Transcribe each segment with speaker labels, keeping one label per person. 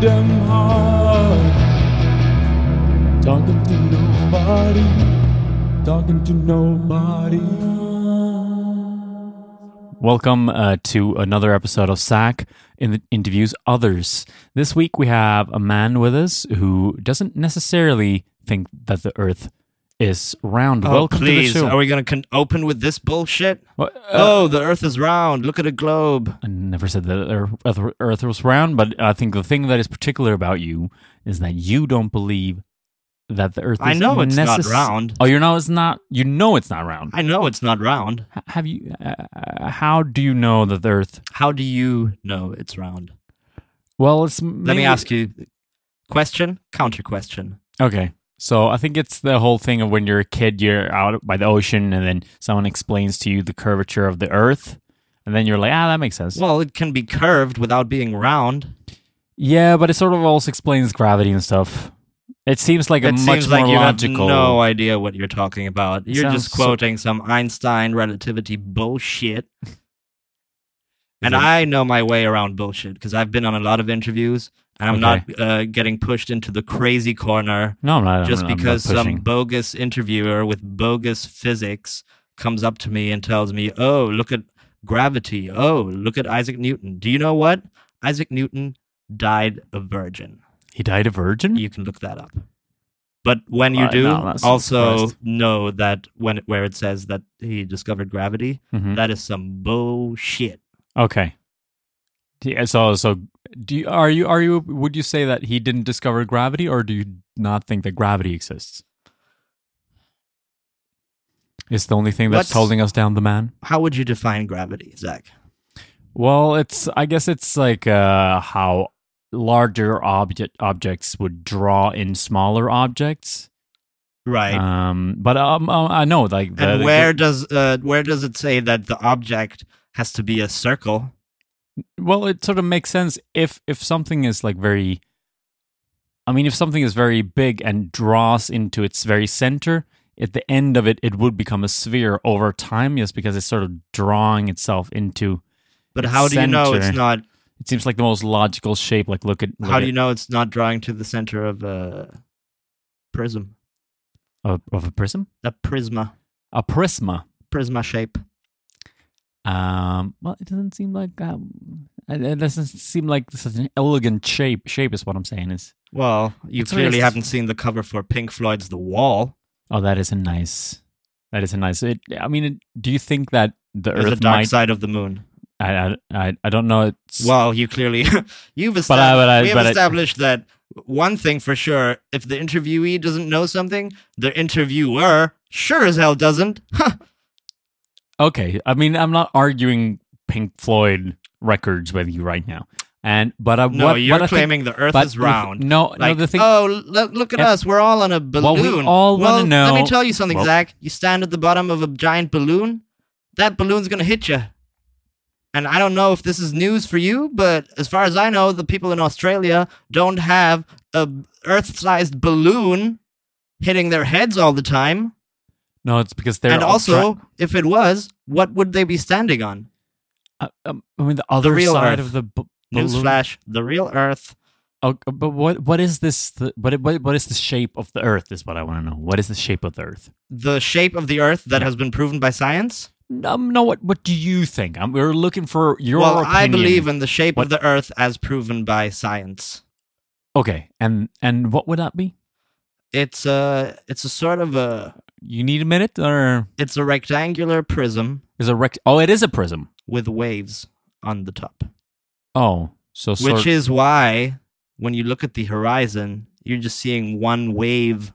Speaker 1: damn hard. Talking to nobody, talking to nobody.
Speaker 2: Welcome uh, to another episode of SAC in the interviews others. This week we have a man with us who doesn't necessarily think that the Earth is round.
Speaker 3: Oh,
Speaker 2: Welcome
Speaker 3: please.
Speaker 2: to the show.
Speaker 3: Are we going to con- open with this bullshit?
Speaker 2: What? Uh,
Speaker 3: oh, the Earth is round. Look at a globe.
Speaker 2: I never said that the Earth- Earth was round, but I think the thing that is particular about you is that you don't believe that the Earth.
Speaker 3: I
Speaker 2: is
Speaker 3: know it's not
Speaker 2: necess-
Speaker 3: round.
Speaker 2: Oh, you know it's not. You know it's not round.
Speaker 3: I know it's not round.
Speaker 2: H- Have you? Uh, uh, how do you know that the Earth?
Speaker 3: How do you know it's round?
Speaker 2: Well, it's.
Speaker 3: Let me ask you question, counter question.
Speaker 2: Okay. So I think it's the whole thing of when you're a kid, you're out by the ocean, and then someone explains to you the curvature of the Earth, and then you're like, ah, that makes sense.
Speaker 3: Well, it can be curved without being round.
Speaker 2: yeah, but it sort of also explains gravity and stuff. It seems like a
Speaker 3: it
Speaker 2: much
Speaker 3: seems
Speaker 2: more
Speaker 3: like you
Speaker 2: logical.
Speaker 3: have no idea what you're talking about. You're
Speaker 2: sounds
Speaker 3: just
Speaker 2: so-
Speaker 3: quoting some Einstein relativity bullshit. And
Speaker 2: it-
Speaker 3: I know my way around bullshit because I've been on a lot of interviews and I'm
Speaker 2: Okay.
Speaker 3: not uh, getting pushed into the crazy corner
Speaker 2: No, I'm not.
Speaker 3: just
Speaker 2: I'm not- I'm not
Speaker 3: because some
Speaker 2: pushing.
Speaker 3: bogus interviewer with bogus physics comes up to me and tells me, "Oh, look at gravity. Oh, look at Isaac Newton. Do you know what? Isaac Newton died a virgin.
Speaker 2: he died a virgin.
Speaker 3: You can look that up." But when you
Speaker 2: Uh,
Speaker 3: do,
Speaker 2: Mm-hmm. no, that's
Speaker 3: also
Speaker 2: surprised.
Speaker 3: know that when it, where it says that he discovered gravity,
Speaker 2: Mhm.
Speaker 3: that is some bullshit.
Speaker 2: Okay. Yeah, so so do you, are you are you would you say that he didn't discover gravity or do you not think that gravity exists? It's the only thing that's
Speaker 3: What's-
Speaker 2: holding us down, the man.
Speaker 3: How would you define gravity, Zach?
Speaker 2: Well, it's I guess it's like uh, how larger object objects would draw in smaller objects.
Speaker 3: Right.
Speaker 2: Um, but um, uh, I know like the,
Speaker 3: and
Speaker 2: the-
Speaker 3: where does uh, where does it say that the object has to be a circle?
Speaker 2: Well, it sort of makes sense if if something is like very I mean, if something is very big and draws into its very center, at the end of it it would become a sphere over time, yes, because it's sort of drawing itself into
Speaker 3: But how do you know it's
Speaker 2: Center.
Speaker 3: not?
Speaker 2: it seems like the most logical shape. Like look at look
Speaker 3: How
Speaker 2: at,
Speaker 3: do you know it's not drawing to the center of a prism?
Speaker 2: of, of a prism?
Speaker 3: A prisma,
Speaker 2: A prisma.
Speaker 3: prisma shape.
Speaker 2: Um well it doesn't seem like um, it it doesn't seem like such an elegant shape shape is what I'm saying is
Speaker 3: Well, you
Speaker 2: It's really
Speaker 3: clearly
Speaker 2: s-
Speaker 3: haven't seen the cover for Pink Floyd's The Wall.
Speaker 2: Oh that is a nice that is a nice it, I mean it, do you think that the
Speaker 3: There's a
Speaker 2: earth
Speaker 3: dark
Speaker 2: might
Speaker 3: side of the moon.
Speaker 2: I, I- I, I don't know. It's,
Speaker 3: Well, you clearly you've established,
Speaker 2: but I, but I,
Speaker 3: we have
Speaker 2: but I-
Speaker 3: established that one thing for sure: if the interviewee doesn't know something, the interviewer sure as hell doesn't.
Speaker 2: okay. I mean, I'm not arguing Pink Floyd records with you right now. And but I,
Speaker 3: No,
Speaker 2: what,
Speaker 3: you're
Speaker 2: what I think-
Speaker 3: claiming the Earth
Speaker 2: but
Speaker 3: is
Speaker 2: if-
Speaker 3: round.
Speaker 2: no, no.
Speaker 3: Like,
Speaker 2: The thing.
Speaker 3: oh, look, look at
Speaker 2: Yep.
Speaker 3: us. We're all on a balloon.
Speaker 2: Well, we all wanna
Speaker 3: Well, Let
Speaker 2: know-
Speaker 3: me tell you something,
Speaker 2: Well-
Speaker 3: Zach. You stand at the bottom of a giant balloon, that balloon's going to hit you. And I don't know if this is news for you, but as far as I know, the people in Australia don't have a Earth-sized balloon hitting their heads all the time.
Speaker 2: no, it's because they're
Speaker 3: and
Speaker 2: all
Speaker 3: also,
Speaker 2: tra-
Speaker 3: if it was, what would they be standing on?
Speaker 2: uh, um, I mean, the other
Speaker 3: real
Speaker 2: side
Speaker 3: Earth.
Speaker 2: of the b- balloon.
Speaker 3: Newsflash: the real Earth.
Speaker 2: Oh, but what what is this? The, what what what is the shape of the Earth? Is what I want to know. What is the shape of the Earth?
Speaker 3: The shape of the Earth that
Speaker 2: Yeah.
Speaker 3: has been proven by science.
Speaker 2: Um, no, what what do you think? i we're looking for your
Speaker 3: well,
Speaker 2: opinion.
Speaker 3: I believe in the shape
Speaker 2: What-
Speaker 3: of the Earth as proven by science.
Speaker 2: Okay, and and what would that be?
Speaker 3: It's a it's a sort of a
Speaker 2: You need a minute, or
Speaker 3: it's a rectangular prism
Speaker 2: is a rect? Oh, it is a prism.
Speaker 3: with waves on the top,
Speaker 2: Oh, so sort
Speaker 3: which is why when you look at the horizon, you're just seeing one wave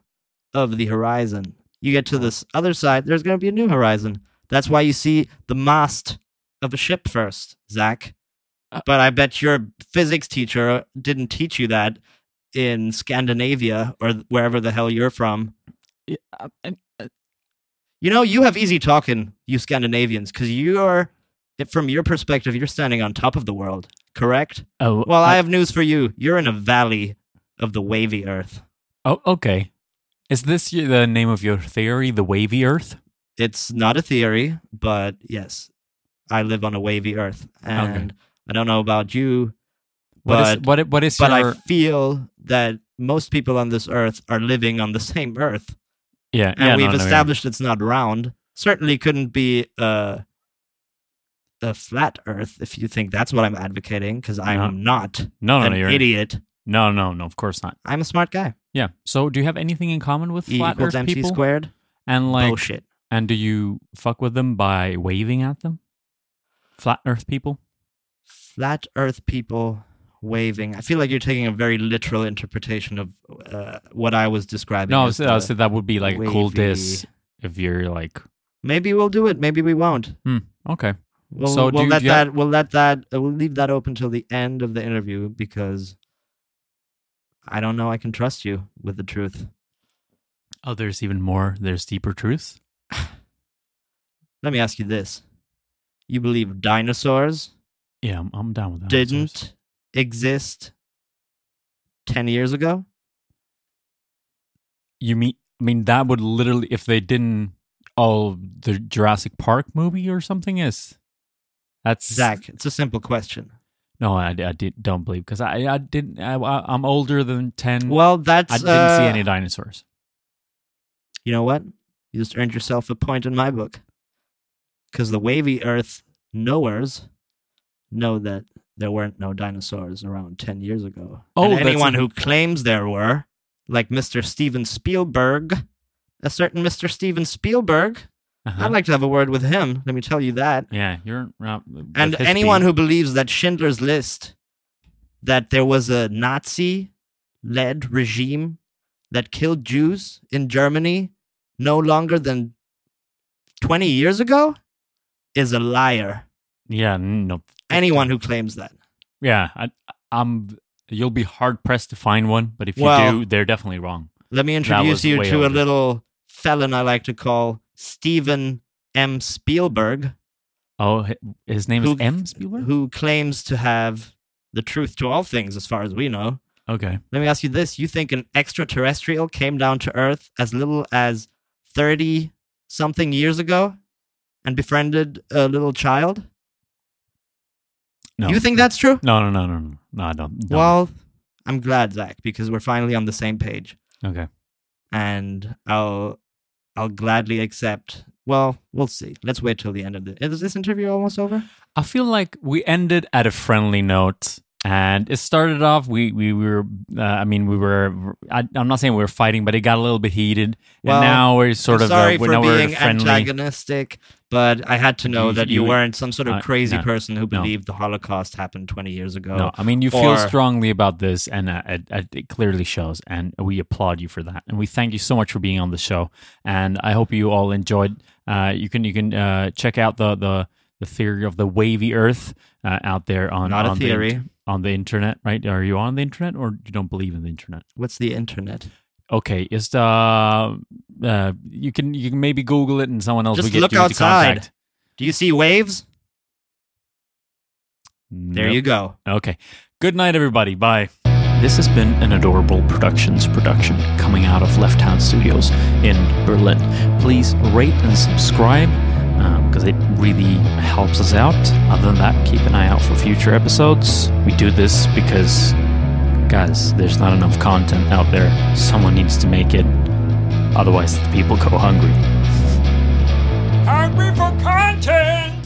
Speaker 3: of the horizon. You get to this other side, there's going to be a new horizon. That's why you see the mast of a ship first, Zach.
Speaker 2: Uh-
Speaker 3: But I bet your physics teacher didn't teach you that in Scandinavia or wherever the hell you're from.
Speaker 2: Uh, and-
Speaker 3: You know, you have easy talking, you Scandinavians, because you're, from your perspective, you're standing on top of the world, correct?
Speaker 2: oh,
Speaker 3: Well,
Speaker 2: uh,
Speaker 3: I have news for you. You're in a valley of the wavy earth.
Speaker 2: oh, okay. Is this y- the name of your theory, the wavy Earth?
Speaker 3: It's not a theory, but yes, I live on a wavy earth. And I don't know about you,
Speaker 2: What
Speaker 3: But-
Speaker 2: is what? i- What is
Speaker 3: but
Speaker 2: your?
Speaker 3: I feel that most people on this earth are living on the same earth,
Speaker 2: yeah,
Speaker 3: and
Speaker 2: yeah,
Speaker 3: we've
Speaker 2: no, no, yeah.
Speaker 3: established it's not round. Certainly couldn't be uh, a flat Earth if you think that's what I'm advocating, because I'm
Speaker 2: No.
Speaker 3: not
Speaker 2: Uh-huh. Oh, No, no,
Speaker 3: an
Speaker 2: no, you're
Speaker 3: idiot.
Speaker 2: no, no, no. Of course not.
Speaker 3: I'm a smart guy.
Speaker 2: Yeah. So, do you have anything in common with
Speaker 3: E
Speaker 2: flat
Speaker 3: equals
Speaker 2: Earth
Speaker 3: MC
Speaker 2: people?
Speaker 3: squared.
Speaker 2: And like,
Speaker 3: Bullshit.
Speaker 2: and do you fuck with them by waving at them? Flat Earth people.
Speaker 3: Flat Earth people waving. I feel like you're taking a very literal interpretation of uh, what I was describing.
Speaker 2: No, I
Speaker 3: as
Speaker 2: was, I was
Speaker 3: the-
Speaker 2: that would be like a cool
Speaker 3: wavy-
Speaker 2: diss if you're like,
Speaker 3: maybe we'll do it. Maybe we won't.
Speaker 2: okay,
Speaker 3: We'll,
Speaker 2: So
Speaker 3: we'll
Speaker 2: do-
Speaker 3: let
Speaker 2: do you have-
Speaker 3: that. We'll let that. uh, We'll leave that open till the end of the interview because I don't know. I can trust you with the truth.
Speaker 2: oh, there's even more. There's deeper truth.
Speaker 3: Let me ask you this: You believe dinosaurs
Speaker 2: Yeah, I'm, I'm down with that.
Speaker 3: didn't exist ten years ago?
Speaker 2: You mean? I mean, that would literally if they didn't. Oh, the Jurassic Park movie or something is. That's
Speaker 3: Zach, it's a simple question.
Speaker 2: No, I, I did, don't believe because I I didn't. I, I, am older than ten.
Speaker 3: Well, that's.
Speaker 2: Mm. I didn't see
Speaker 3: uh,
Speaker 2: any dinosaurs.
Speaker 3: You know what? You just earned yourself a point in my book, because the wavy Earth knowers know that there weren't no dinosaurs around ten years ago.
Speaker 2: Oh,
Speaker 3: and
Speaker 2: that's
Speaker 3: anyone
Speaker 2: a-
Speaker 3: who claims there were, like Mr. Steven Spielberg, a certain Mr. Steven Spielberg,
Speaker 2: Uh-huh.
Speaker 3: I'd like to have a word with him. Let me tell you that.
Speaker 2: yeah, you're uh, with
Speaker 3: And
Speaker 2: his
Speaker 3: anyone
Speaker 2: being-
Speaker 3: who believes that Schindler's List, that there was a Nazi led regime that killed Jews in Germany no longer than 20 years ago, is a liar.
Speaker 2: yeah, no,
Speaker 3: Anyone who claims that.
Speaker 2: yeah, I, I'm. You'll be hard pressed to find one, but if you
Speaker 3: Well-
Speaker 2: do, they're definitely wrong.
Speaker 3: Let me
Speaker 2: was
Speaker 3: introduce you
Speaker 2: way
Speaker 3: to a
Speaker 2: over.
Speaker 3: little felon I like to call Steven M. Spielberg,
Speaker 2: Oh, hi- his name is
Speaker 3: Who-
Speaker 2: M. Spielberg.
Speaker 3: who claims to have the truth to all things, as far as we know.
Speaker 2: okay,
Speaker 3: Let me ask you this. You think an extraterrestrial came down to Earth as little as 30 something years ago and befriended a little child?
Speaker 2: no,
Speaker 3: You think that's true?
Speaker 2: No, no, no, no, no, no, I don't. don't.
Speaker 3: Well, I'm glad, Zach, because we're finally on the same page.
Speaker 2: okay,
Speaker 3: And I'll I'll gladly accept. Well, we'll see. Let's wait till the end of the Is this interview almost over?
Speaker 2: I feel like we ended at a friendly note. And it started off. We we were. Uh, I mean, we were. I, I'm not saying we were fighting, but it got a little bit heated.
Speaker 3: Well,
Speaker 2: and now we're sort
Speaker 3: I'm
Speaker 2: of.
Speaker 3: sorry
Speaker 2: uh, we're
Speaker 3: for
Speaker 2: now we're
Speaker 3: being
Speaker 2: friendly.
Speaker 3: antagonistic, but I had to know
Speaker 2: You-
Speaker 3: that you,
Speaker 2: you-
Speaker 3: weren't some sort of
Speaker 2: uh,
Speaker 3: crazy
Speaker 2: no,
Speaker 3: person who
Speaker 2: no.
Speaker 3: believed the Holocaust happened 20 years ago.
Speaker 2: No, I mean you feel
Speaker 3: or-
Speaker 2: strongly about this, and uh, it, it- it clearly shows. And we applaud you for that, and we thank you so much for being on the show. And I hope you all enjoyed. Uh, you can you can uh, check out the the the theory of the wavy Earth uh, out there on
Speaker 3: Not a
Speaker 2: on the in-
Speaker 3: theory.
Speaker 2: on the internet, right? Are you on the internet, or you don't believe in the internet?
Speaker 3: What's the internet?
Speaker 2: Okay, is the uh, you can you can maybe Google it, and someone else
Speaker 3: Just
Speaker 2: will get
Speaker 3: look
Speaker 2: you into
Speaker 3: outside.
Speaker 2: contact.
Speaker 3: Do you see waves? There
Speaker 2: Nope.
Speaker 3: you go.
Speaker 2: Okay. Good night, everybody. Bye. This has been an Adorable Productions production coming out of Left Hand Studios in Berlin. Please rate and subscribe because it really helps us out. Other than that, keep an eye out for future episodes. We do this because, guys, there's not enough content out there. Someone needs to make it. Otherwise, the people go hungry.
Speaker 1: Hungry for content!